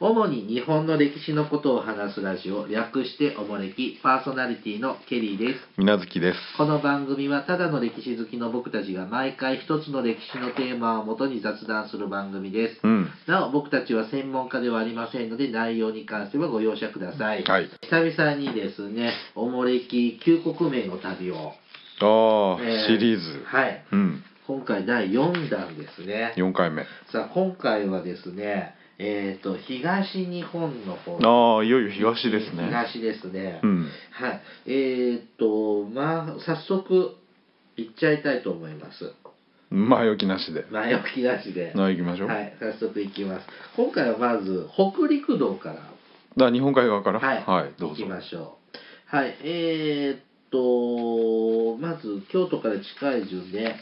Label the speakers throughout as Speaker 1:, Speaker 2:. Speaker 1: 主に日本の歴史のことを話すラジオ、略しておもれき、パーソナリティのケリーです。
Speaker 2: 水月です。
Speaker 1: この番組はただの歴史好きの僕たちが毎回一つの歴史のテーマをもとに雑談する番組です。
Speaker 2: うん。
Speaker 1: なお、僕たちは専門家ではありませんので、内容に関してはご容赦ください。
Speaker 2: はい。
Speaker 1: 久々にですね、おもれき旧国名の旅を、
Speaker 2: ああ、
Speaker 1: えー
Speaker 2: シリーズ。
Speaker 1: はい。
Speaker 2: うん。
Speaker 1: 今回第4弾ですね。
Speaker 2: 4回目。あ
Speaker 1: さあ、今回はですね、えっ、と、東日本の方。
Speaker 2: あ、いよいよ東ですね。
Speaker 1: 東ですね。
Speaker 2: うん。
Speaker 1: はい。えーっと、まあ、早速、行っちゃいたいと思います。
Speaker 2: 前置きなしで。
Speaker 1: 前置きなしで。は
Speaker 2: はい、行きましょう。
Speaker 1: い、早速行きます。今回はまず、北陸道から、
Speaker 2: だ日本海側から。
Speaker 1: はい、
Speaker 2: ど
Speaker 1: 行
Speaker 2: う
Speaker 1: き
Speaker 2: ぞ。
Speaker 1: ましょう。はい、えーっと、まず、京都から近い順で、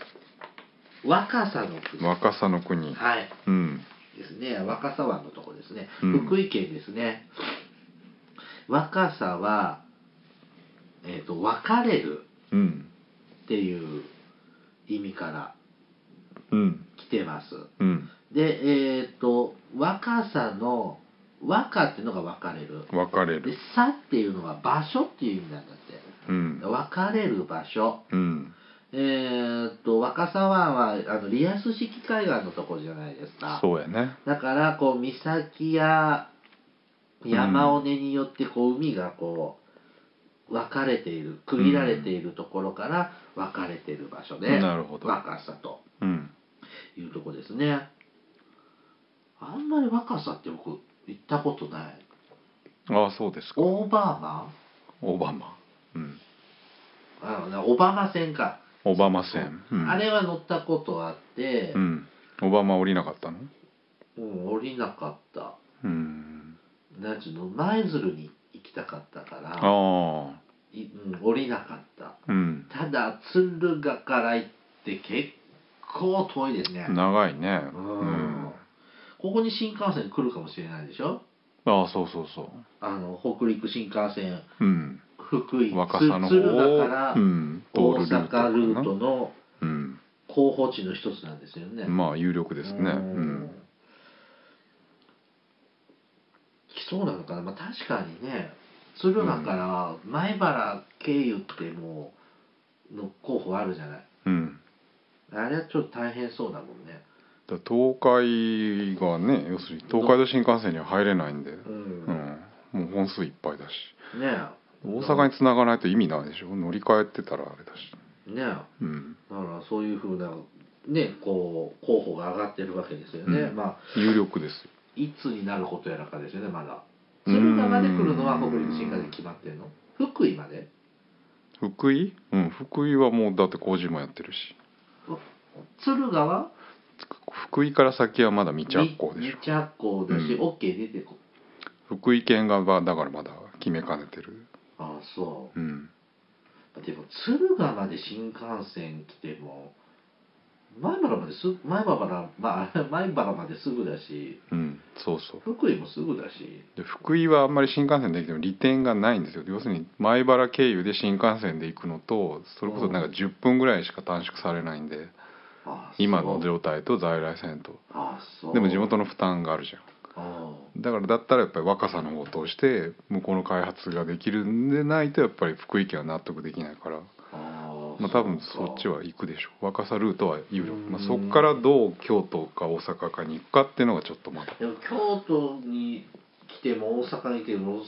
Speaker 1: 若狭の国。
Speaker 2: 若さの国。
Speaker 1: はい。
Speaker 2: うん。
Speaker 1: ですね若狭湾のところですね、
Speaker 2: うん
Speaker 1: 福井県ですね若狭は、えー、と別れる
Speaker 2: うん。
Speaker 1: っていう意味から
Speaker 2: うん。
Speaker 1: 来てます
Speaker 2: うん。
Speaker 1: でえっ、と若狭の若っていうのが別れる
Speaker 2: 別れ
Speaker 1: で
Speaker 2: る。
Speaker 1: さっていうのは場所っていう意味なんだって
Speaker 2: うん。
Speaker 1: 別れる場所
Speaker 2: うん。
Speaker 1: えっ、と若狭湾はあのリアス式海岸のところじゃないですか
Speaker 2: そうやね。
Speaker 1: だからこう岬や山尾根によってこう海がこう分かれている区切られているところから分かれている場所で、
Speaker 2: なるほど
Speaker 1: 若さと
Speaker 2: うん。
Speaker 1: いうとこですねあんまり若さって僕行ったことない
Speaker 2: ああ、そうですか。
Speaker 1: オーバーマン
Speaker 2: オバマ。うん。
Speaker 1: あのオバマ線か、
Speaker 2: オバマ線。うん。
Speaker 1: あれは乗ったことあって
Speaker 2: う、ん。オバマ降りなかったの
Speaker 1: うん降りなかった
Speaker 2: うん。
Speaker 1: なんちゅうの舞鶴に行きたかったから
Speaker 2: ああ。
Speaker 1: いうん、降りなかった
Speaker 2: うん。
Speaker 1: ただ敦賀から行って結構遠いですね
Speaker 2: 長いね。
Speaker 1: う、
Speaker 2: うんん。
Speaker 1: ここに新幹線来るかもしれないでしょ
Speaker 2: ああ、そうそうそう。
Speaker 1: あの北陸新幹線
Speaker 2: うん、
Speaker 1: 福井つ
Speaker 2: 若狭の方
Speaker 1: 敦賀から
Speaker 2: を、うん、
Speaker 1: 大
Speaker 2: 通るルート
Speaker 1: 阪ルー
Speaker 2: か
Speaker 1: ト
Speaker 2: な、
Speaker 1: の
Speaker 2: うん、
Speaker 1: 候補地の一つなんですよね
Speaker 2: まあ有力ですね。
Speaker 1: う
Speaker 2: う
Speaker 1: ん
Speaker 2: ん、
Speaker 1: 来そうなのかな、まあ、確かにね敦賀から前原経由ってもうの候補あるじゃない
Speaker 2: うん、
Speaker 1: あれはちょっと大変そうだもんね
Speaker 2: だ東海がね、要するに東海道新幹線には入れないんで、う、
Speaker 1: うん
Speaker 2: もう本数いっぱいだし、
Speaker 1: ん、ねえ
Speaker 2: 大阪に繋がないと意味ないでしょ。乗り換えてたらあれだし、
Speaker 1: ねえだか
Speaker 2: うん、
Speaker 1: らそういうふうなねこう候補が上がってるわけですよね、
Speaker 2: うん
Speaker 1: まあ
Speaker 2: 有力です。
Speaker 1: いつになることやらかですよねまだ
Speaker 2: う
Speaker 1: 敦
Speaker 2: ん
Speaker 1: 賀まで来るのは北陸新幹線決まってるの福井まで
Speaker 2: 福井？うん、福井はもうだって工事もやってるし、
Speaker 1: 敦賀は
Speaker 2: 福井から先はまだ未着工でし
Speaker 1: 未
Speaker 2: ょ。
Speaker 1: 着工だし、
Speaker 2: うん
Speaker 1: OK 出てこ
Speaker 2: 福井県側だからまだ決めかねてる。
Speaker 1: ああそ
Speaker 2: うん。
Speaker 1: うでも敦賀まで新幹線来ても前原まです前原、まあ、前原まですぐだし
Speaker 2: うん、そうそう
Speaker 1: 福井もすぐだし
Speaker 2: で福井はあんまり新幹線できても利点がないんですよ要するに前原経由で新幹線で行くのとそれこそなんか10分ぐらいしか短縮されないんで
Speaker 1: ああそう
Speaker 2: 今の状態と在来線と
Speaker 1: ああそう
Speaker 2: でも地元の負担があるじゃん
Speaker 1: あ
Speaker 2: だからだったらやっぱり若さの方を通して向こうの開発ができるんでないとやっぱり福井県は納得できないから、
Speaker 1: あああ
Speaker 2: まあ、多分そっちは行くでしょう若さルートは有力、
Speaker 1: うん
Speaker 2: まあ、そこからどう京都か大阪かに行くかっていうのがちょっとまだ
Speaker 1: でも京都に来ても大阪に来ても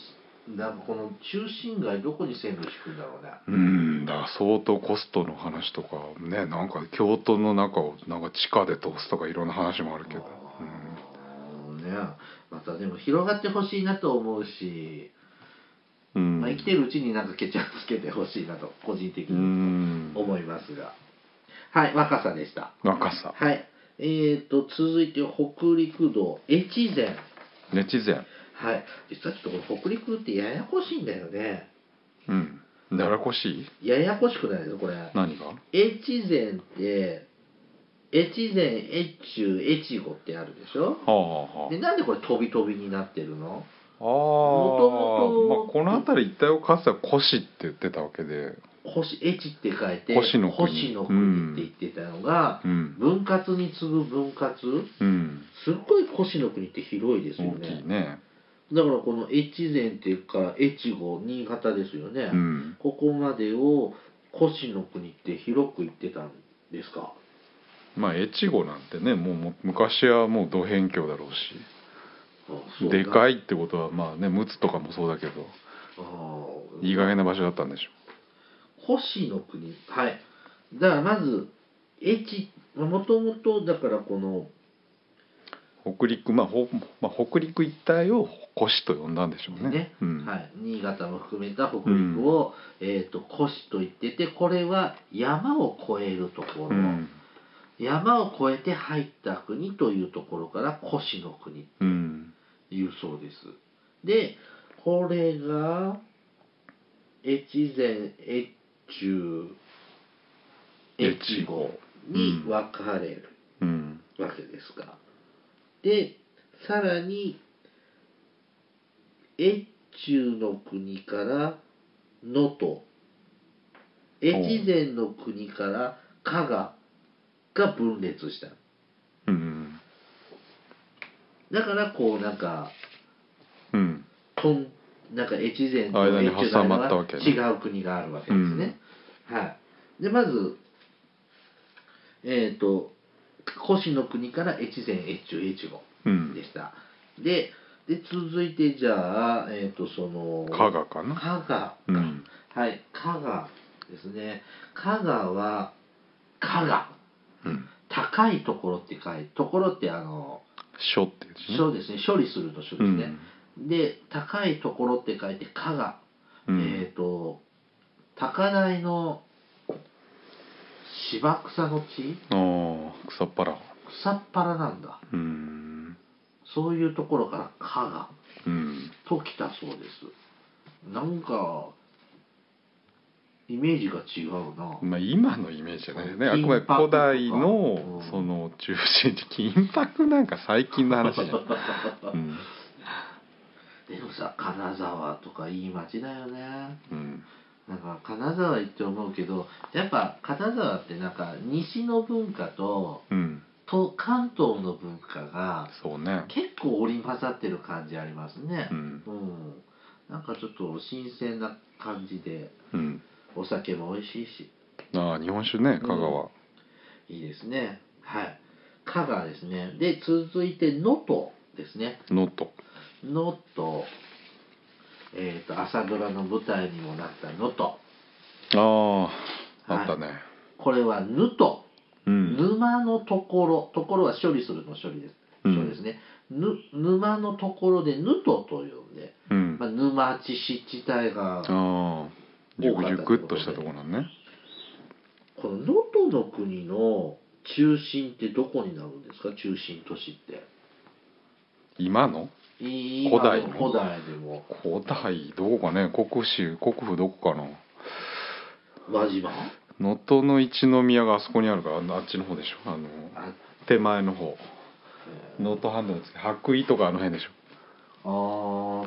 Speaker 1: なんかこの中心街どこに線路引くんだろうね
Speaker 2: うんだから相当コストの話とかねなんか京都の中をなんか地下で通すとかいろんな話もあるけど、
Speaker 1: うんねまたでも広がってほしいなと思うし、
Speaker 2: うん
Speaker 1: まあ、生きてるうちになんか決着つけてほしいなと個人的
Speaker 2: う
Speaker 1: に
Speaker 2: ん
Speaker 1: 思いますが、はい若さでした
Speaker 2: 若さ
Speaker 1: はいえー、と続いて北陸道越前
Speaker 2: 越前
Speaker 1: はい実はちょっとこれ北陸ってややこしいんだよね
Speaker 2: うんややこしい
Speaker 1: ややこしくないですこれ
Speaker 2: 何が
Speaker 1: 越前って越前越中越後ってあるでしょ
Speaker 2: はあはあ
Speaker 1: でなんでこれ飛び飛びになってるの
Speaker 2: あー
Speaker 1: 元々
Speaker 2: まあこの辺り一帯をかつては古市って言ってたわけで
Speaker 1: 星越って書いて
Speaker 2: 星の国
Speaker 1: 星の国って言ってたのが、
Speaker 2: うん
Speaker 1: 分割に次ぐ分割
Speaker 2: うん
Speaker 1: すっごい星の国って広いですよ
Speaker 2: 大き
Speaker 1: ね
Speaker 2: いね
Speaker 1: だからこの越前っていうか越後新潟ですよね、
Speaker 2: うん
Speaker 1: ここまでを越の国って広く言ってたんですか
Speaker 2: まあ越後なんてねもうも昔はもう土辺境だろうしでか
Speaker 1: い
Speaker 2: いってことはまあね陸奥とかもそうだけど
Speaker 1: あ
Speaker 2: いい加減な場所だったんでしょ
Speaker 1: 越の国はいだからまず越もともとだからこの
Speaker 2: 北陸まあ、ほまあ、北陸一帯を越と呼んだんでしょうね。
Speaker 1: ね、
Speaker 2: うん
Speaker 1: はい、新潟も含めた北陸を、えっ、と越と言っててこれは山を越えるところ、
Speaker 2: うん
Speaker 1: 山を越えて入った国というところから越の国って
Speaker 2: うん
Speaker 1: いうそうですでこれが越前越中越後に分かれる
Speaker 2: うん
Speaker 1: わけですがでさらに越中の国から能登越前の国から加賀が分裂した
Speaker 2: うん
Speaker 1: だからこうなんか
Speaker 2: うん
Speaker 1: とんなんか越前と
Speaker 2: 間に
Speaker 1: 越
Speaker 2: 挟
Speaker 1: 中
Speaker 2: まった
Speaker 1: の
Speaker 2: わけね
Speaker 1: 間は違う国があるわけですね。はい、でまず、えっと越の国から越前越中越後
Speaker 2: うん
Speaker 1: でした。でで続いてじゃあ、えっとその
Speaker 2: 加賀かな。
Speaker 1: 加賀か、
Speaker 2: うん
Speaker 1: はい加賀ですね加賀は加賀
Speaker 2: うん
Speaker 1: 高いところって書いてところってあの
Speaker 2: 書っていう字ね
Speaker 1: そうですね処理するの書ですね。で高いところって書いて加賀、
Speaker 2: うん
Speaker 1: えっ、と高台の芝草の地
Speaker 2: うん、ああ草っぱら。
Speaker 1: 草っぱらなんだ
Speaker 2: うん
Speaker 1: そういうところから加賀
Speaker 2: うん
Speaker 1: と来たそうですなんかイメージが違う な、
Speaker 2: まあ、今のイメージじゃないよねあく
Speaker 1: 金
Speaker 2: まで
Speaker 1: 箔とか
Speaker 2: 古代
Speaker 1: う
Speaker 2: の
Speaker 1: ん
Speaker 2: その中心地金箔なんか最近の話じゃ ん、うん
Speaker 1: でもさ金沢とかいい街だよね
Speaker 2: うん、
Speaker 1: なんか金沢行って思うけどやっぱ金沢ってなんか西の文化と
Speaker 2: うん、
Speaker 1: と関東の文化が
Speaker 2: そうね
Speaker 1: 結構織り交ざってる感じありますね
Speaker 2: う、ん
Speaker 1: うんなんかちょっと新鮮な感じで
Speaker 2: うん
Speaker 1: お酒も美味しいし
Speaker 2: ああ日本酒ね香川
Speaker 1: いいですねはい香川ですねで続いて能登ですね
Speaker 2: 能登、
Speaker 1: 能登えっ、と朝ドラの舞台にもなった能登
Speaker 2: あああったね、
Speaker 1: これは「ぬ」と
Speaker 2: うん
Speaker 1: 沼のところところは処理するの処理です、
Speaker 2: うん
Speaker 1: そうですねぬ沼のところで「ぬと」と呼んで
Speaker 2: うん
Speaker 1: まあ、沼地湿地帯が
Speaker 2: ああじゅ
Speaker 1: 多
Speaker 2: く
Speaker 1: か
Speaker 2: じ
Speaker 1: った
Speaker 2: ゅ
Speaker 1: ってことで
Speaker 2: くっとしたところなんね
Speaker 1: この能登の国の中心ってどこになるんですか中心都市って
Speaker 2: 今の
Speaker 1: い
Speaker 2: 古代
Speaker 1: 今
Speaker 2: の
Speaker 1: の古代でも
Speaker 2: 古代どこかね国府国府どこかな
Speaker 1: 輪島
Speaker 2: 能登の一宮があそこにあるからあのあっちの方でしょあの
Speaker 1: あ
Speaker 2: 手前の方
Speaker 1: えー
Speaker 2: 能登半島の次白衣とかあの辺でしょ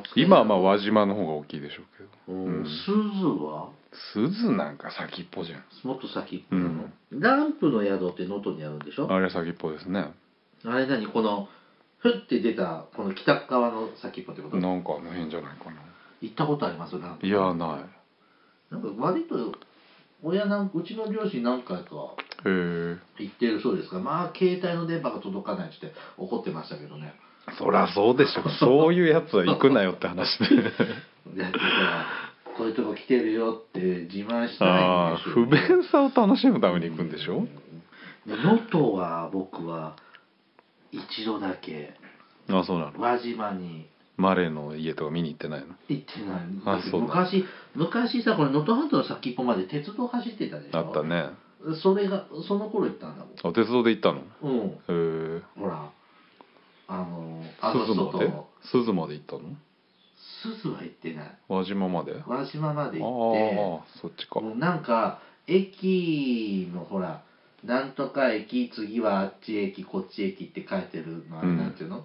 Speaker 1: あー
Speaker 2: 今はまあ輪島の方が大きいでしょうけど
Speaker 1: うん
Speaker 2: うん
Speaker 1: 鈴は
Speaker 2: 鈴なんか先っぽじゃん
Speaker 1: もっと先っぽなの、ランプの宿って能登にあるんでしょあ
Speaker 2: あれ先っぽですね
Speaker 1: れ何このふって出たこの北側の先っぽってこと行
Speaker 2: なんかあの辺じゃないかな
Speaker 1: ったことありますランプ
Speaker 2: いやない
Speaker 1: なんか割と親なんうちの両親何回か
Speaker 2: へえ
Speaker 1: 言ってるそうですが、まあ、携帯の電波が届かないって怒ってましたけどね。
Speaker 2: そりゃそうでしょそういうやつは行くなよって話 で
Speaker 1: で、だからこういうとこ来てるよって自慢したいん
Speaker 2: ああ
Speaker 1: です
Speaker 2: 不便さを楽しむために行くんでしょ
Speaker 1: で能登は僕は一度だけ
Speaker 2: あそうなの
Speaker 1: 輪島に
Speaker 2: マレーの家とか見に行ってないの
Speaker 1: 行ってない
Speaker 2: あそうなんだ
Speaker 1: 昔昔さこれ能登半島の先っぽまで鉄道走ってたでしょ
Speaker 2: あったね
Speaker 1: それがその頃行ったんだ
Speaker 2: あ鉄道で行ったのへ
Speaker 1: もんうん
Speaker 2: え
Speaker 1: ほらあのあの
Speaker 2: 鈴
Speaker 1: 人
Speaker 2: まで
Speaker 1: と
Speaker 2: 鈴まで行ったの
Speaker 1: 鈴は行ってない
Speaker 2: 輪島までああ
Speaker 1: 輪島まで行って
Speaker 2: そっちか
Speaker 1: もうなんか駅のほらなんとか駅次はあっち駅こっち駅って書いてるのあれ
Speaker 2: うん
Speaker 1: なんていうの、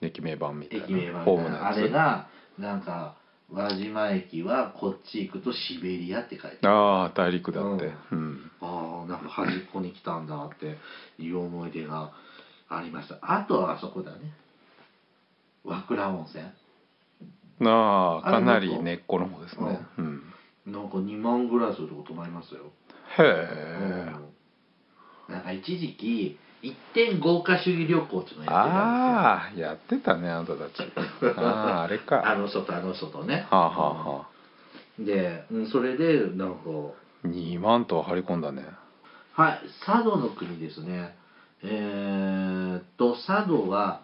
Speaker 2: 駅名板みたいな
Speaker 1: 駅名板
Speaker 2: ホームのや
Speaker 1: あ
Speaker 2: つ
Speaker 1: れがなんか輪島駅はこっち行くとシベリアって書いてある
Speaker 2: ああ大陸だってうん、
Speaker 1: ああなんか端っこに来たんだっていう思い出がありましたあとはあそこだね和倉温泉
Speaker 2: ああ
Speaker 1: あれ
Speaker 2: かなり根っこの方ですね、うん、
Speaker 1: なんか2万ぐらいすることもありますよ、
Speaker 2: へえ、
Speaker 1: うん、なんか一時期一点豪華主義旅行っていうのやってたんですよ
Speaker 2: ああやってたねあんたたち あああれか
Speaker 1: あの人とあの人とね、
Speaker 2: はあ、はあは
Speaker 1: で、うん、それでなんか
Speaker 2: あ、2万とは張り込んだね
Speaker 1: はい佐渡の国ですねえー、っと佐渡は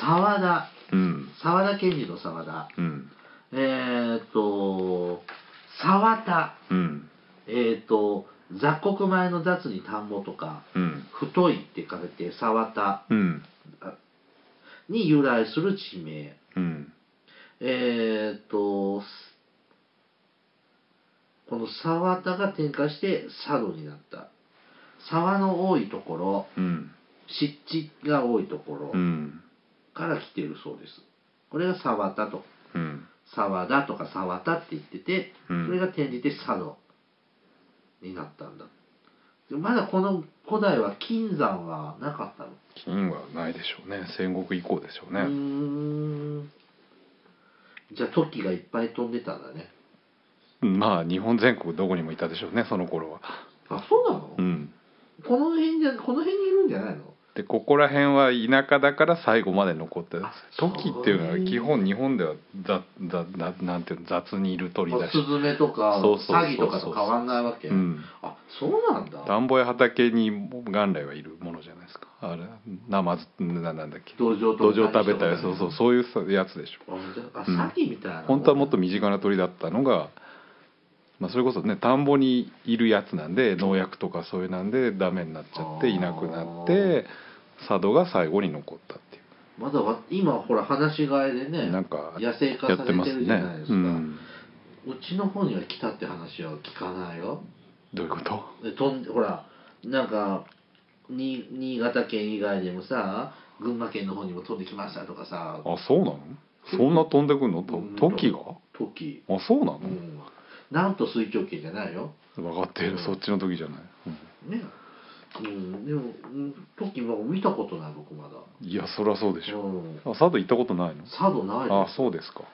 Speaker 1: 沢田
Speaker 2: うん
Speaker 1: 沢田賢治の沢田
Speaker 2: うん
Speaker 1: えー、っと沢田
Speaker 2: うん
Speaker 1: えー、っと雑穀米の雑に田んぼとか
Speaker 2: うん
Speaker 1: 太いって書いて沢田
Speaker 2: うん
Speaker 1: に由来する地名
Speaker 2: うん
Speaker 1: えー、っとすこの沢田が転化して佐渡になった沢の多いところ
Speaker 2: うん
Speaker 1: 湿地が多いところ
Speaker 2: うん
Speaker 1: から来てるそうですこれが沢田と
Speaker 2: うん
Speaker 1: 沢田とか沢田って言ってて
Speaker 2: うん
Speaker 1: それが転じて佐渡になったんだでまだこの古代は金山はなかったの
Speaker 2: 金はないでしょうね戦国以降でしょうね、
Speaker 1: うーんじゃあトキがいっぱい飛んでたんだね
Speaker 2: まあ日本全国どこにもいたでしょうねその頃は
Speaker 1: あそうなの、
Speaker 2: うん
Speaker 1: この辺じゃこの辺にいるんじゃないの
Speaker 2: でここら辺は田舎だから最後まで残ってる
Speaker 1: あそう
Speaker 2: 時っていうのは基本日本ではざざざなんていうの雑にいる鳥
Speaker 1: ま
Speaker 2: だ
Speaker 1: あ
Speaker 2: し
Speaker 1: ス、ズメとか
Speaker 2: そうそうそうそう
Speaker 1: サギとかと変わんないわけ、
Speaker 2: うん、
Speaker 1: あそうなんだ
Speaker 2: 田んぼや畑に元来はいるものじゃないですかあれナマズななんだっけ
Speaker 1: 土壌
Speaker 2: 土
Speaker 1: と
Speaker 2: 壌食べたりそうそうそういうさやつでしょ
Speaker 1: あじゃああ
Speaker 2: うん
Speaker 1: サギみたいな、
Speaker 2: 本当はもっと身近な鳥だったのが、まあ、それこそね田んぼにいるやつなんで農薬とかそういうなんでダメになっちゃっていなくなって佐渡が最後に残ったっていう。
Speaker 1: まだわ今ほら放し飼いでね
Speaker 2: なんか
Speaker 1: 野生化
Speaker 2: や
Speaker 1: さ
Speaker 2: っ
Speaker 1: れ
Speaker 2: てま
Speaker 1: て
Speaker 2: す
Speaker 1: るじゃ
Speaker 2: ね
Speaker 1: ないです。
Speaker 2: う
Speaker 1: か
Speaker 2: ん。
Speaker 1: うちの方には来たって話は聞かないよ
Speaker 2: どういうこと？
Speaker 1: でとんほらなんかに新潟県以外でもさ群馬県の方にも飛んできましたとかさ
Speaker 2: あ、そうなの？そんな飛んでくんの？と
Speaker 1: うん
Speaker 2: 時が？
Speaker 1: トキ
Speaker 2: あ、そうなの
Speaker 1: う？んなんと水蒸気じゃないよ
Speaker 2: 分かってる。そっちの時じゃない。
Speaker 1: ねうんでもうん時も見たことない僕まだ
Speaker 2: うんいや、そりゃそうでしょ。
Speaker 1: うん
Speaker 2: あ、佐渡行ったことないの？
Speaker 1: 佐渡ない
Speaker 2: あ
Speaker 1: で、す
Speaker 2: そうですか。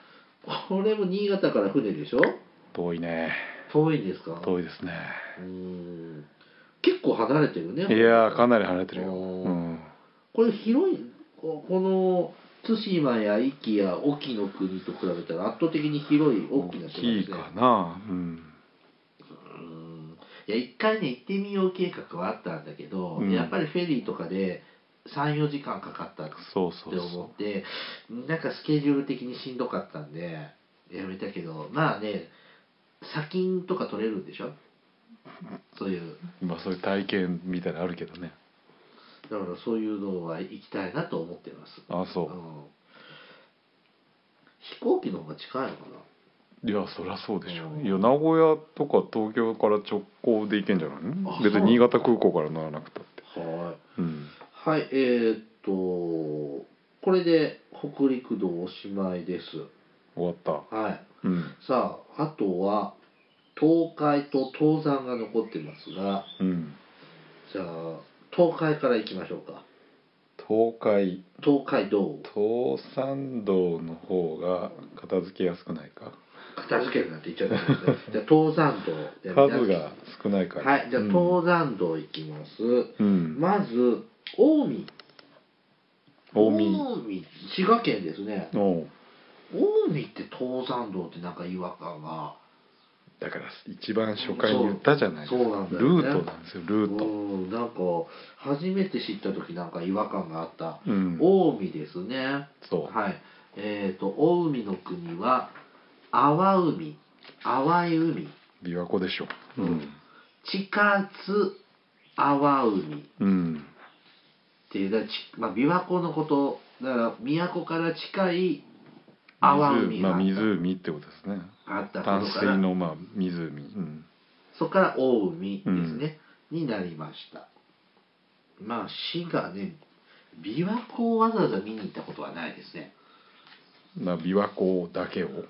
Speaker 1: これも新潟から船でしょ
Speaker 2: 遠いね。
Speaker 1: 遠いんですか
Speaker 2: 遠いですね。
Speaker 1: うん結構離れてるね
Speaker 2: いやー、かなり離れてるよ。
Speaker 1: おー
Speaker 2: うん。
Speaker 1: これ広いここの対馬や壱岐や隠岐の国と比べたら圧倒的に広い大きな
Speaker 2: 大
Speaker 1: 島
Speaker 2: き
Speaker 1: で
Speaker 2: い
Speaker 1: すね
Speaker 2: かな。うん。
Speaker 1: うんいや一回ね行ってみよう計画はあったんだけど、
Speaker 2: うん
Speaker 1: やっぱりフェリーとかで34時間かかったって
Speaker 2: そうそう
Speaker 1: 思
Speaker 2: そ
Speaker 1: ってなんかスケジュール的にしんどかったんでやめたけどまあね砂金とか取れるんでしょそういう
Speaker 2: う。まあそういう体験みたいなのあるけどね。
Speaker 1: だからそういうのは行きたいなと思ってます
Speaker 2: あ、
Speaker 1: う
Speaker 2: そ
Speaker 1: ん飛行機の方が近いのか
Speaker 2: う。いや、そりゃそうでしょ
Speaker 1: う。ん
Speaker 2: いや、名古屋とか東京から直行で行けんじゃない
Speaker 1: あ
Speaker 2: の？別
Speaker 1: そう
Speaker 2: に新潟空港から乗らなくたって。
Speaker 1: なはい
Speaker 2: うん。
Speaker 1: はいえー、っとこれで北陸道おしまいです
Speaker 2: 終わった。
Speaker 1: はい
Speaker 2: うん。
Speaker 1: さああとは東海と東山が残ってますが
Speaker 2: うん。
Speaker 1: じゃあ東海から行きましょうか
Speaker 2: 東海
Speaker 1: 東海道
Speaker 2: 東山道の方が片付けやすくないか。
Speaker 1: 片付けるなんて言っちゃダメですねじゃあ東山道じゃあ
Speaker 2: 数が少ないから。
Speaker 1: はいじゃあ
Speaker 2: うん
Speaker 1: 東山道行きます、
Speaker 2: うん。
Speaker 1: まず近江近
Speaker 2: 近
Speaker 1: 江滋賀県ですね
Speaker 2: 江。おう
Speaker 1: 近江って東山道ってなんか違和感が
Speaker 2: だから一番初回に言ったじゃないですか。
Speaker 1: そうそうなんだよね
Speaker 2: ルートなんですよ。ルー
Speaker 1: う
Speaker 2: ト。
Speaker 1: んなんか初めて知った時なんか違和感があった、
Speaker 2: うん。
Speaker 1: 近江ですね
Speaker 2: そう。
Speaker 1: はいえっ、と大海の国は淡海淡い海
Speaker 2: 琵琶湖でしょ。うん。
Speaker 1: 地下津淡海っ
Speaker 2: うん。
Speaker 1: ていうだからち、まあ、琵琶湖のことだから都から近い淡海
Speaker 2: 湖
Speaker 1: が
Speaker 2: まあ
Speaker 1: あっ
Speaker 2: 湖ってことですね。
Speaker 1: た,、ったこ
Speaker 2: 淡
Speaker 1: とから
Speaker 2: 水のまあ湖。うん。
Speaker 1: そこから大海ですね、になりましたまあ市がね琵琶湖をわざわざ見に行ったことはないですね
Speaker 2: まあ琵琶湖だけを。
Speaker 1: うん、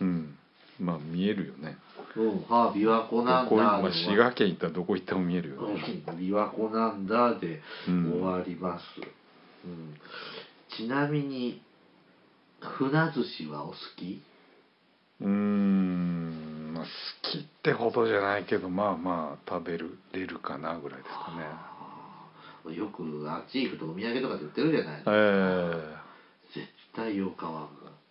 Speaker 2: うん。まあ見えるよね。
Speaker 1: うん、ああ琵琶湖
Speaker 2: ど
Speaker 1: なんだ
Speaker 2: こまあ
Speaker 1: で
Speaker 2: 滋賀県行ったらどこ行っても見えるよ
Speaker 1: うん
Speaker 2: ね。
Speaker 1: 琵琶湖なんだで
Speaker 2: うん
Speaker 1: 終わります、うんちなみに船寿司はお好き
Speaker 2: うーんまあ好きってほどじゃないけどまあまあ食べるれるかなぐらいですかね
Speaker 1: ねよくあっち行くとお土産とかで売ってるじゃないです
Speaker 2: ええ
Speaker 1: か、絶対よう買わんが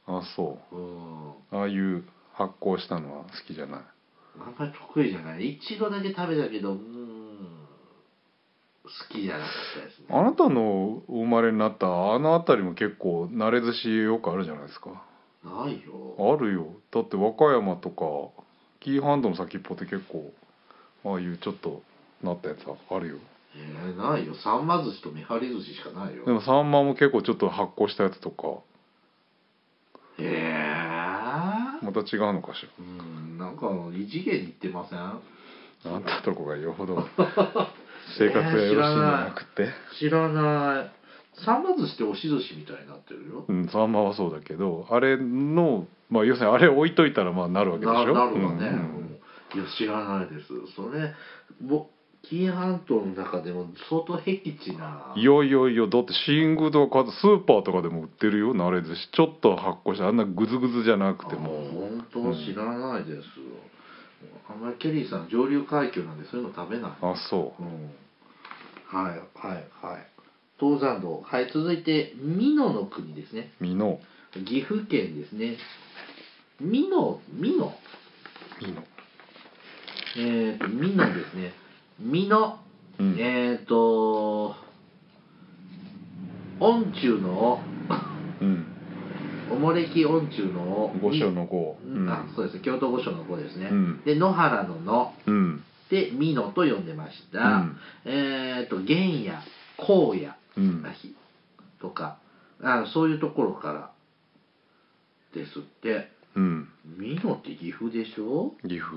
Speaker 2: あそ
Speaker 1: うん
Speaker 2: うああいう発酵したのは好きじゃない
Speaker 1: あんまり得意じゃない一度だけ食べたけどうーん好きじゃなかったですね
Speaker 2: あなたのお生まれになったあの辺りも結構慣れ寿司よくあるじゃないですか
Speaker 1: ないよ
Speaker 2: あるよだって和歌山とか紀伊半島の先っぽって結構ああいうちょっとなったやつあるよ
Speaker 1: えー、ないよさんま寿司とめはり寿司しかないよ
Speaker 2: でもサンマも結構ちょっと発酵したやつとか
Speaker 1: えー
Speaker 2: また違うのかしら
Speaker 1: うんなんか異次元に行ってません
Speaker 2: あんたとこがよほど生活がよろしいんじゃなくて、
Speaker 1: 知らないさんま寿司って押し寿司みたいになってるよ
Speaker 2: うん、サンマはそうだけどあれの、まあ、要するにあれ置いといたらまあなるわけでし
Speaker 1: な
Speaker 2: ょ
Speaker 1: なるわね、
Speaker 2: うん
Speaker 1: うんいや知らないですそれぼ紀伊半島の中でも相当僻地な
Speaker 2: うんいやいやいやだって新宮とかスーパーとかでも売ってるよ慣れずしちょっと発酵してあんなグズグズじゃなくても
Speaker 1: あ本当知らないです、あんまりケリーさん上流階級なんでそういうの食べない、
Speaker 2: あそ
Speaker 1: うん、はいはいはい東山道はい続いて美濃の国ですね
Speaker 2: う美濃
Speaker 1: 岐阜県ですね美濃美濃
Speaker 2: 美濃
Speaker 1: えっ、と美濃ですね美濃
Speaker 2: うん
Speaker 1: えっ、と恩中の
Speaker 2: うん
Speaker 1: おもれき恩中の
Speaker 2: 五所の五う
Speaker 1: にあ
Speaker 2: ん
Speaker 1: そうですね京都御所の子ですね、
Speaker 2: うん
Speaker 1: で野原の野
Speaker 2: うん
Speaker 1: で美濃と呼んでまし
Speaker 2: う
Speaker 1: た
Speaker 2: ん、
Speaker 1: えっ、と玄野荒野
Speaker 2: うん
Speaker 1: とかあそういうところからですって
Speaker 2: うん
Speaker 1: 美濃って岐阜でしょ
Speaker 2: 岐阜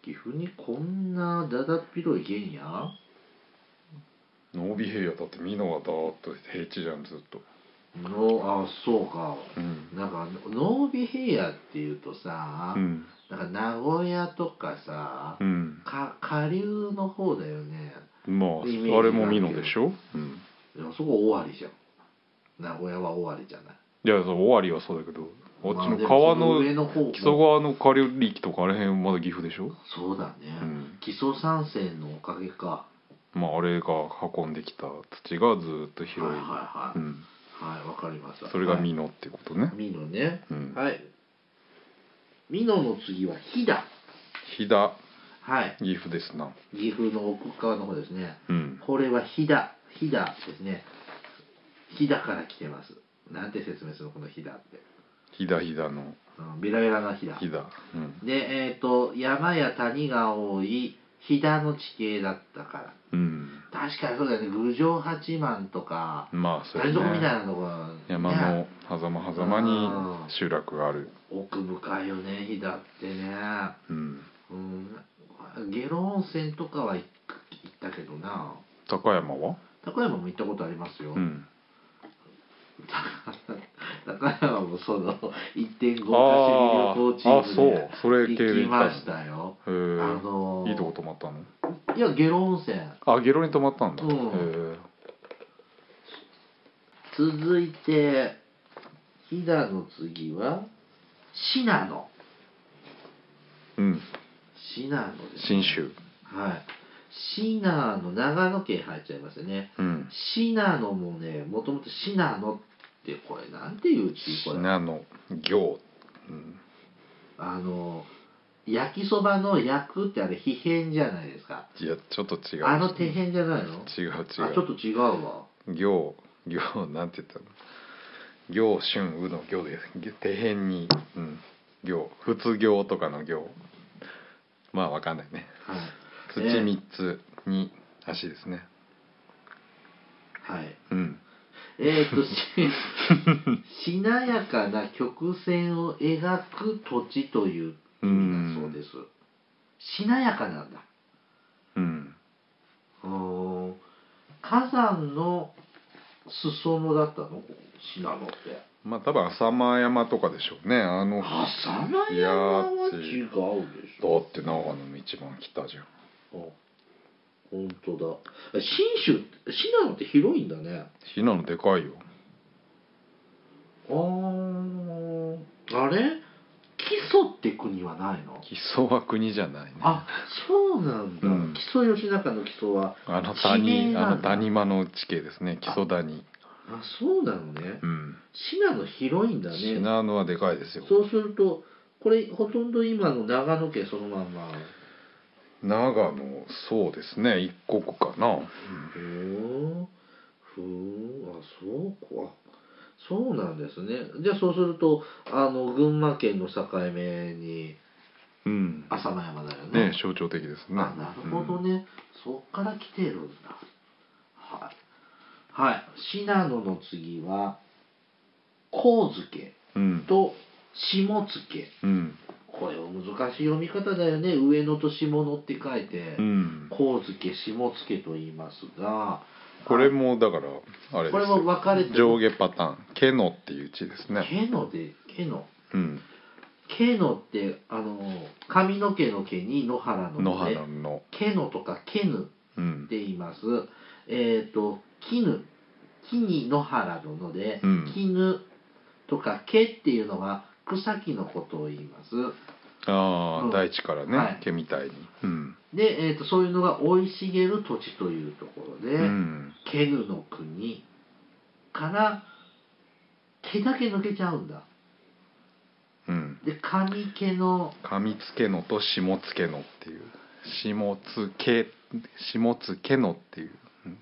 Speaker 1: 岐阜にこんなだだっ広い原野
Speaker 2: 濃尾平野だって美濃はだーっと平地じゃんずっと
Speaker 1: のあそうか
Speaker 2: うん
Speaker 1: なんか濃尾平野っていうとさ、
Speaker 2: うん
Speaker 1: なんか名古屋とかさ、
Speaker 2: うん
Speaker 1: か下流の方だよね
Speaker 2: まあ
Speaker 1: イメージ
Speaker 2: あれも美濃でしょ、うん、
Speaker 1: でもそこ尾張じゃん名古屋は尾張じゃない
Speaker 2: いやそう尾張はそうだけどあ
Speaker 1: ま
Speaker 2: っ
Speaker 1: あ
Speaker 2: ち
Speaker 1: でも
Speaker 2: の川
Speaker 1: そ
Speaker 2: の
Speaker 1: 上の方も
Speaker 2: 木曽川の下流域とかあれ辺まだ岐阜でしょ、
Speaker 1: そうだね、
Speaker 2: うん
Speaker 1: 基礎山線のおかげか
Speaker 2: まあ、あれが運んできた土がずーっと
Speaker 1: はい
Speaker 2: 広
Speaker 1: は
Speaker 2: い、う
Speaker 1: いはい、
Speaker 2: ん、
Speaker 1: はいわかりました
Speaker 2: それが
Speaker 1: 美
Speaker 2: 美濃ってことね、
Speaker 1: 美濃ね、
Speaker 2: うん
Speaker 1: はい美濃の次は飛騨
Speaker 2: 飛騨
Speaker 1: はい
Speaker 2: 岐阜ですな
Speaker 1: 岐阜の奥側の方ですね
Speaker 2: うん
Speaker 1: これは飛騨飛騨ですね飛騨から来てますなんて説明するのこの飛騨って、
Speaker 2: 飛騨飛騨の
Speaker 1: うん、ベラベラな飛騨
Speaker 2: 飛騨うん、
Speaker 1: でえっ、と山や谷が多い飛騨の地形だったから
Speaker 2: うん、
Speaker 1: 確かにそうだよね郡上八幡とか
Speaker 2: まあそ
Speaker 1: あ
Speaker 2: う
Speaker 1: れ
Speaker 2: ね
Speaker 1: どこみたいなとこが
Speaker 2: 山の
Speaker 1: ね
Speaker 2: 狭間狭間に集落がある
Speaker 1: 奥深いよね飛騨ってね
Speaker 2: うん
Speaker 1: うん下呂温泉とかは行く行ったけどな
Speaker 2: 高山は
Speaker 1: 高山も行ったことありますよ、
Speaker 2: うん
Speaker 1: 高山もその1.5か所旅行チームで
Speaker 2: あーあそうそれ系で
Speaker 1: 行き
Speaker 2: 行ったの
Speaker 1: ましたよ
Speaker 2: へ
Speaker 1: あ
Speaker 2: え
Speaker 1: のー
Speaker 2: いいとこ泊まったの
Speaker 1: いや下呂温泉
Speaker 2: あゲロに泊まったんだ、
Speaker 1: うん
Speaker 2: へえ
Speaker 1: 続いて飛騨の次は信濃
Speaker 2: うん
Speaker 1: 信濃です
Speaker 2: 信州
Speaker 1: はい信濃長野県入っちゃいますよね
Speaker 2: うん
Speaker 1: 信濃もねもともと信濃ってこれなんていう地こ
Speaker 2: 信
Speaker 1: れ
Speaker 2: 濃行、うん、
Speaker 1: あの焼きそばの焼くってあれ皮変じゃないですか
Speaker 2: いやちょっと違う
Speaker 1: あの手変じゃないの
Speaker 2: 違う
Speaker 1: あちょっ
Speaker 2: 違
Speaker 1: と違うわ
Speaker 2: う行行なんて言ったの行春雨の行ですぎ底辺に、うん、行仏行とかの行まあわかんないね
Speaker 1: はい
Speaker 2: 土
Speaker 1: えー
Speaker 2: 三つに足ですね
Speaker 1: はい
Speaker 2: うん
Speaker 1: えー、とし しなやかな曲線を描く土地という意味だそうですしなやかなんだ
Speaker 2: うん
Speaker 1: うーん火山の裾野だったの信濃って
Speaker 2: まあ多分浅間山とかでしょうねあの
Speaker 1: 浅間山は違うでし
Speaker 2: だ
Speaker 1: ょ
Speaker 2: って長野の一番北じゃん
Speaker 1: あ本当だ信州信濃って広いんだね
Speaker 2: 信濃でかいよ
Speaker 1: あーあれ基礎って国はないの
Speaker 2: 基礎は国じゃないね
Speaker 1: あそうなんだ、
Speaker 2: うん
Speaker 1: 基礎吉中の基礎は
Speaker 2: あの
Speaker 1: 地名
Speaker 2: 谷
Speaker 1: なんだ
Speaker 2: あの谷間の地形ですね基礎谷
Speaker 1: あそうなのね
Speaker 2: うん
Speaker 1: 信濃広いんだね
Speaker 2: 信濃はでかいですよ
Speaker 1: そうするとこれほとんど今の長野県そのまんま
Speaker 2: 長野そうですね一国かな、うん
Speaker 1: ふーんふーんあそうかそうなんですねじゃあそうするとあの群馬県の境目に
Speaker 2: うん
Speaker 1: 浅間山だよね
Speaker 2: ね象徴的ですね
Speaker 1: あなるほどね、そっから来てるんだはいはい信濃の次は神津家
Speaker 2: うん
Speaker 1: と下津家
Speaker 2: うん
Speaker 1: これは難しい読み方だよね上野と下野って書いて
Speaker 2: うん
Speaker 1: 神津家下津家と言いますが
Speaker 2: これもだからあれ
Speaker 1: こ
Speaker 2: で
Speaker 1: れ
Speaker 2: す
Speaker 1: も
Speaker 2: よ
Speaker 1: 分かれて
Speaker 2: 上下パターン「けの」っていう字ですね
Speaker 1: 毛ので毛の
Speaker 2: うん
Speaker 1: 毛のってあの髪の毛の毛に野原の
Speaker 2: 野
Speaker 1: ので
Speaker 2: 原の
Speaker 1: 毛のとか毛ぬ
Speaker 2: う
Speaker 1: っ
Speaker 2: ん
Speaker 1: て言います。えっ、と、絹、木に野原のので、
Speaker 2: うん
Speaker 1: 絹とか毛っていうのは草木のことを言います。
Speaker 2: あ
Speaker 1: うん
Speaker 2: あ大地から
Speaker 1: は
Speaker 2: ね
Speaker 1: い
Speaker 2: 毛みたいにうん
Speaker 1: で、えー、とそういうのが生い茂る土地というところで、
Speaker 2: うん
Speaker 1: 毛ぬの国から毛だけ抜けちゃうんだ。
Speaker 2: うん
Speaker 1: で、髪毛の、
Speaker 2: 上つけのと下つけのっていう下つけ下つけのっていううん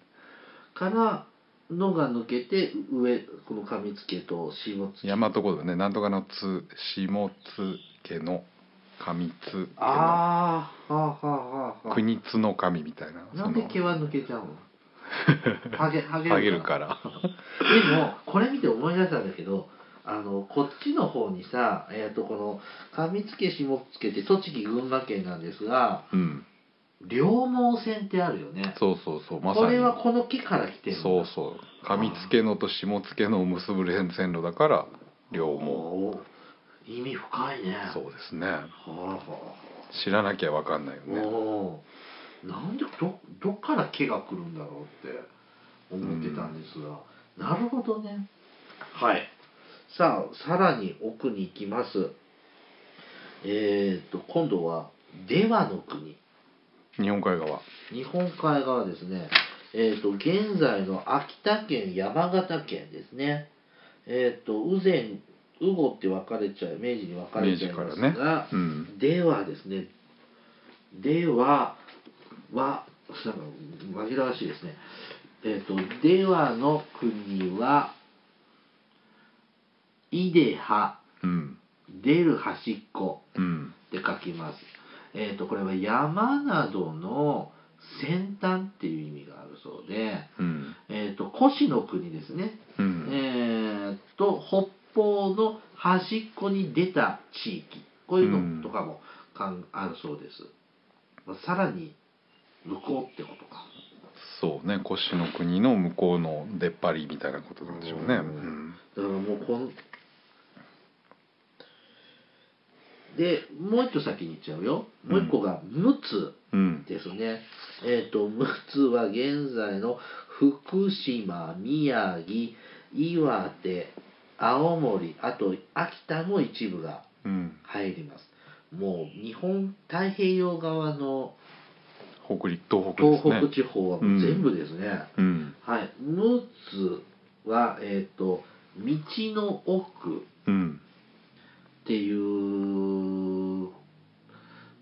Speaker 1: から、のが抜けて上この髪付けと下付け
Speaker 2: 大和言葉ねなんとかのつ下つけの上つけの
Speaker 1: ああはあはあはあ
Speaker 2: 国津の神みたいな
Speaker 1: なんで毛
Speaker 2: は
Speaker 1: は抜けちゃうのハゲハゲ
Speaker 2: げるからら
Speaker 1: でもこれ見て思い出したんだけどあのこっちの方にさ、えー、とこの上付け下付けって栃木群馬県なんですが
Speaker 2: うん
Speaker 1: 両毛線ってあるよね
Speaker 2: そうそうそうまさに
Speaker 1: これはこの木から来てる
Speaker 2: そうそう上付けのと下付けのを結ぶ連線路だから両毛
Speaker 1: もう意味深いね
Speaker 2: そうですね
Speaker 1: はあは
Speaker 2: 知らなきゃ分かんないよ
Speaker 1: あ、
Speaker 2: ね
Speaker 1: もうなんでどどっから毛が来るんだろうって思ってたんですが、なるほどねはいさあさらに奥に行きますえっ、と今度は出羽の国
Speaker 2: 日本海側
Speaker 1: 日本海側ですねえっ、と現在の秋田県山形県ですねえっ、と羽前羽後って分かれちゃう明治に分かれちゃいます
Speaker 2: 明治か
Speaker 1: が、
Speaker 2: うん
Speaker 1: ではですね、では、は、なんか紛らわしいですね。えっ、と、ではの国は、いでは、
Speaker 2: うん
Speaker 1: 出る端っこ
Speaker 2: うん
Speaker 1: って書きます。えっ、と、これは山などの先端っていう意味があるそうで、
Speaker 2: うん
Speaker 1: えっ、と、越の国ですね。
Speaker 2: う
Speaker 1: えっ
Speaker 2: ん、
Speaker 1: と、北方の端っこに出た地域、こういうのとかもかんあるそうです。まあさらに向こうってことか。
Speaker 2: そうね腰の国の向こうの出っ張りみたいなことなんでしょうね、
Speaker 1: う
Speaker 2: うんん、
Speaker 1: だからもうこの、で、もう一個先に行っちゃうよ。もう一個が陸奥
Speaker 2: うん
Speaker 1: ですね。えっ、と、陸奥は現在の福島、宮城、岩手、青森、あと秋田も一部が
Speaker 2: うん、
Speaker 1: 入りますもう日本太平洋側の
Speaker 2: 北陸東北で
Speaker 1: 東
Speaker 2: すね
Speaker 1: 北地方はもう全部ですね、
Speaker 2: うん
Speaker 1: はい陸奥はえっ、と道の奥っ
Speaker 2: うん
Speaker 1: ていう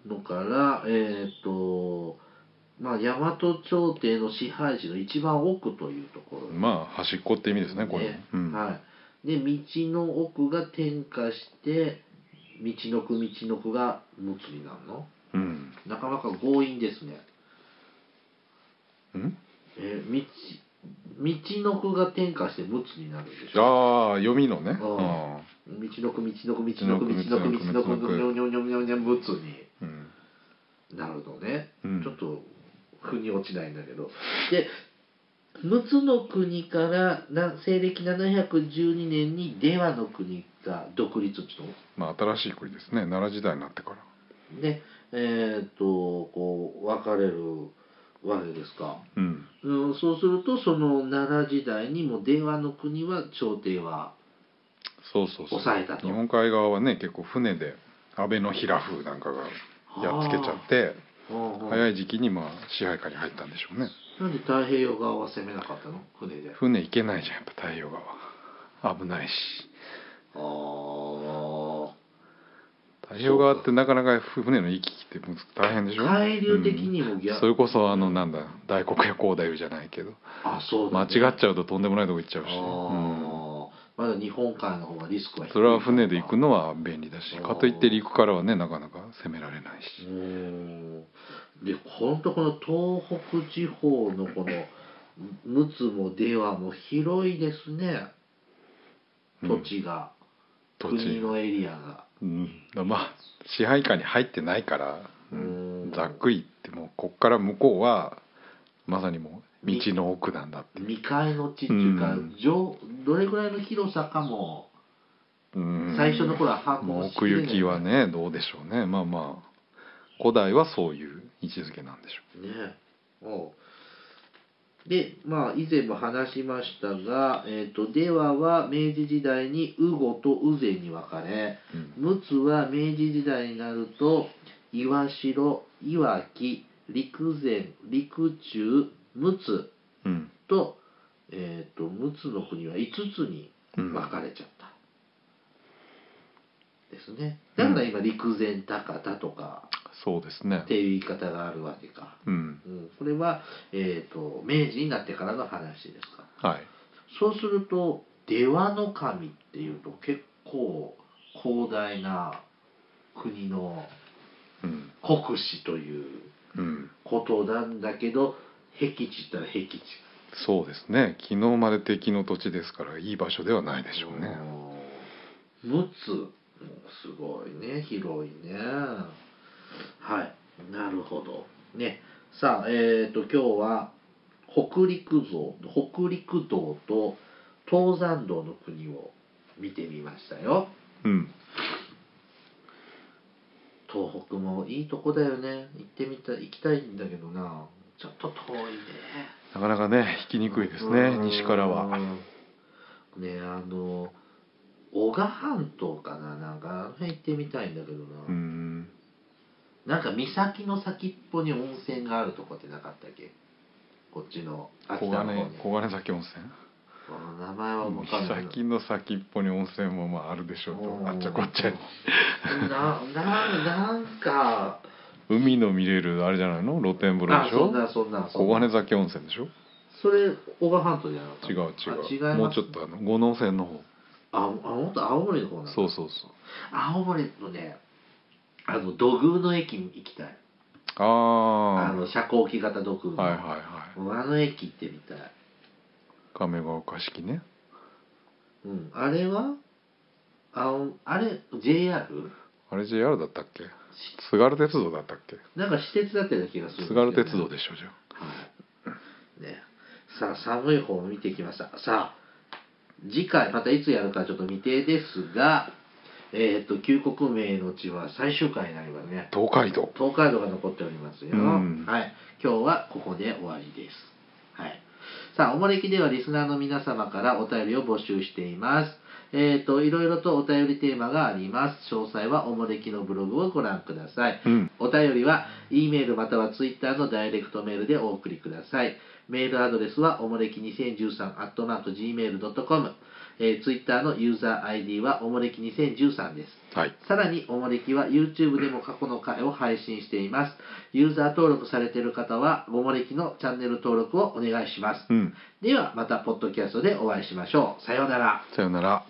Speaker 1: のからえっ、とまあ大和朝廷の支配地の一番奥というところ
Speaker 2: まあ端っこって意味ですねこれ、
Speaker 1: ね
Speaker 2: うん
Speaker 1: はい、で道の奥が転化して道のく道のくが陸奥になるの
Speaker 2: うん
Speaker 1: なかなか強引ですね。
Speaker 2: うん、
Speaker 1: えー道、道のくが転化して陸奥になるんでしょ。
Speaker 2: ああ読みのね
Speaker 1: あ道のく、道のく、道のく、道のく、道のく、道のく、にょにょにょにょにょにょ、陸奥に
Speaker 2: うんうん
Speaker 1: なるのね。
Speaker 2: うん
Speaker 1: ちょっと、腑に落ちないんだけど。で、陸奥の国からな西暦712年に出羽の国が独立っていうの
Speaker 2: まあ新しい国ですね奈良時代になってから
Speaker 1: で、えーっと、こう、分かれるわけですか。
Speaker 2: うん
Speaker 1: うん、そうするとその奈良時代にも出羽の国は朝廷は
Speaker 2: そうそうそう
Speaker 1: 抑えたと
Speaker 2: 日本海側はね結構船で安倍の平風なんかがやっつけちゃって早
Speaker 1: 早
Speaker 2: い時期にまあ支配下に入ったんでしょうね
Speaker 1: なんで太平洋側は攻めなかったの船であ
Speaker 2: 船行けないじゃんやっぱ太平洋側危ないし
Speaker 1: あー
Speaker 2: 太平洋側ってなかなか船の行き来ってむず大変でしょ
Speaker 1: 海流的にも
Speaker 2: うん
Speaker 1: 逆、
Speaker 2: それこそあのなんだ大黒屋広大じゃないけど
Speaker 1: あそう
Speaker 2: 間
Speaker 1: だ、
Speaker 2: 違っちゃうととんでもないとこ行っちゃうし、うん
Speaker 1: あーまだ日本海の方がリスクは低い
Speaker 2: それは船で行くのは便利だし
Speaker 1: あー
Speaker 2: かといって陸からはねなかなか攻められないし
Speaker 1: う、んで本当この東北地方のこの陸奥も出羽も広いですね
Speaker 2: う
Speaker 1: 土
Speaker 2: ん
Speaker 1: 地が、
Speaker 2: 土
Speaker 1: 国
Speaker 2: 地
Speaker 1: のエリアが
Speaker 2: うん、だまあ支配下に入ってないから、
Speaker 1: うん
Speaker 2: ざっくり言ってもこっから向こうはまさにもう道の奥なんだっていう、
Speaker 1: 未開の地っていうか、
Speaker 2: うん
Speaker 1: 上どれぐらいの広さかも
Speaker 2: うん
Speaker 1: 最初の頃は把握
Speaker 2: もう
Speaker 1: もしき
Speaker 2: 奥
Speaker 1: れない
Speaker 2: 行きはねどうでしょうねまあまあ古代はそういう位置づけなんでしょ
Speaker 1: ねおうでまあ以前も話しましたが、えー、と出羽は明治時代に羽後と羽前に分かれ
Speaker 2: う、うん
Speaker 1: 陸奥は明治時代になると岩城岩木陸前陸中陸奥
Speaker 2: うん
Speaker 1: と,、えー、と陸奥の国は5つに分かれちゃった、ですねだから今陸前高田とか
Speaker 2: そうですね
Speaker 1: っていう言い方があるわけか。
Speaker 2: うん
Speaker 1: うん、これは、えー、と明治になってからの話ですか
Speaker 2: はい
Speaker 1: そうすると出羽の神っていうと結構広大な国の
Speaker 2: うん
Speaker 1: 国司という
Speaker 2: うん
Speaker 1: ことなんだけど僻地ったら僻地
Speaker 2: そうですね昨日まで敵の土地ですからいい場所ではないでしょうね
Speaker 1: うん陸奥もすごいね広いねはいなるほどねさあえっ、と今日は北陸像北陸道と東山道の国を見てみましたよ
Speaker 2: うん
Speaker 1: 東北もいいとこだよね行ってみた行きたいんだけどなちょっと遠いね
Speaker 2: なかなかね引きにくいですね
Speaker 1: うん
Speaker 2: 西からは
Speaker 1: ねあの男鹿半島かななんかあの辺行ってみたいんだけどな、
Speaker 2: うん
Speaker 1: なんか岬の先っぽに温泉があるとこってなかったっけこっちの秋
Speaker 2: 小
Speaker 1: 田の方に
Speaker 2: 金小金崎温泉
Speaker 1: この名前は分かんない
Speaker 2: 先の先っぽに温泉もまああるでしょう
Speaker 1: うん
Speaker 2: とあっちゃこっちゃに
Speaker 1: なななんか
Speaker 2: 海の見れるあれじゃないの露天風呂
Speaker 1: あ
Speaker 2: でし
Speaker 1: そ
Speaker 2: ょ
Speaker 1: んなそんなそん
Speaker 2: 小
Speaker 1: な
Speaker 2: 金崎温泉でしょ
Speaker 1: それ小川半島じゃなかった
Speaker 2: 違う違う
Speaker 1: あ違います
Speaker 2: もうちょっとあの五能線の方
Speaker 1: ああ本当青森の方なんだ
Speaker 2: そうそうそう
Speaker 1: 青森のねあの土偶の駅に行きたいあ
Speaker 2: あ
Speaker 1: の遮光器型土偶
Speaker 2: あ
Speaker 1: の、
Speaker 2: はいはいはい
Speaker 1: もうあの駅行ってみたい
Speaker 2: 亀ヶ丘式ね
Speaker 1: うんあれはああれ JR?
Speaker 2: あれ JR だったっけ津軽鉄道だったっけ
Speaker 1: なんか私鉄だったような気がするんです
Speaker 2: 津
Speaker 1: けど
Speaker 2: 軽
Speaker 1: ね
Speaker 2: 鉄道でしょじゃあ
Speaker 1: はいね、さあ寒い方を見てきましたさあ次回またいつやるかちょっと未定ですがえっ、と旧国名の地は最終回になりますね
Speaker 2: 東海道
Speaker 1: 東海道が残っておりますよ、
Speaker 2: うん
Speaker 1: はい今日はここで終わりですはいさあおもれきではリスナーの皆様からお便りを募集していますえっ、といろいろとお便りテーマがあります詳細はおもれきのブログをご覧ください
Speaker 2: うん
Speaker 1: お便りは、E メールまたは Twitter のダイレクトメールでお送りください。メールアドレスは、おもれき2013、アットマーク、gmail.com。えー、Twitter のユーザー ID は、おもれき2013です。
Speaker 2: はい
Speaker 1: さらに、おもれきは YouTube でも過去の回を配信しています。ユーザー登録されている方は、おもれきのチャンネル登録をお願いします。
Speaker 2: うん
Speaker 1: では、また、ポッドキャストでお会いしましょう。さようなら。
Speaker 2: さよなら